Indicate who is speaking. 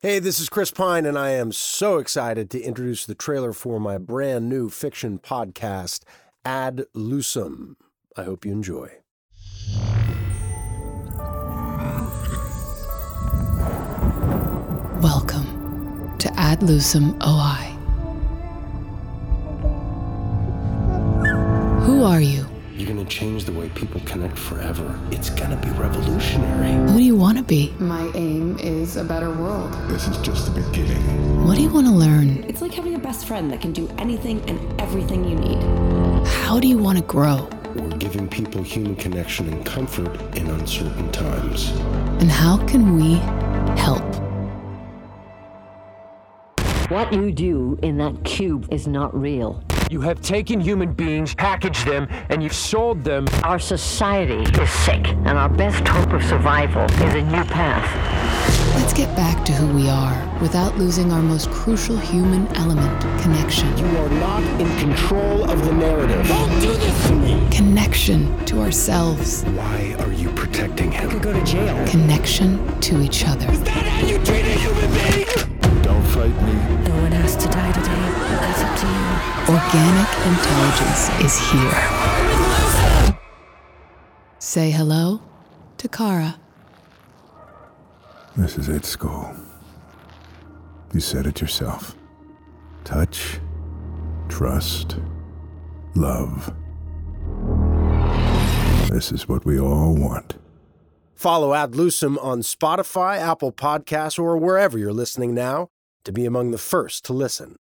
Speaker 1: Hey, this is Chris Pine, and I am so excited to introduce the trailer for my brand new fiction podcast, Ad Lusum. I hope you enjoy.
Speaker 2: Welcome to Ad Lusum OI. Who are you?
Speaker 3: You're gonna change the way people connect forever. It's gonna be revolutionary.
Speaker 2: Who do you want to be?
Speaker 4: My aim is a better world.
Speaker 5: This is just the beginning.
Speaker 2: What do you want to learn?
Speaker 6: It's like having a best friend that can do anything and everything you need.
Speaker 2: How do you want to grow?
Speaker 3: We're giving people human connection and comfort in uncertain times.
Speaker 2: And how can we help?
Speaker 7: What you do in that cube is not real.
Speaker 8: You have taken human beings, packaged them, and you've sold them.
Speaker 7: Our society is sick, and our best hope of survival is a new path.
Speaker 2: Let's get back to who we are without losing our most crucial human element connection.
Speaker 3: You are not in control of the narrative.
Speaker 2: Connection to ourselves,
Speaker 3: Why are you protecting him?
Speaker 2: connection to each other.
Speaker 5: Don't fight me.
Speaker 6: No one has to die today. That's up to you.
Speaker 2: Organic intelligence is here. Say hello to Kara.
Speaker 5: This is it, Skull. You said it yourself. Touch, trust, love. This is what we all want.
Speaker 1: Follow Ad Lusum on Spotify, Apple Podcasts, or wherever you're listening now to be among the first to listen.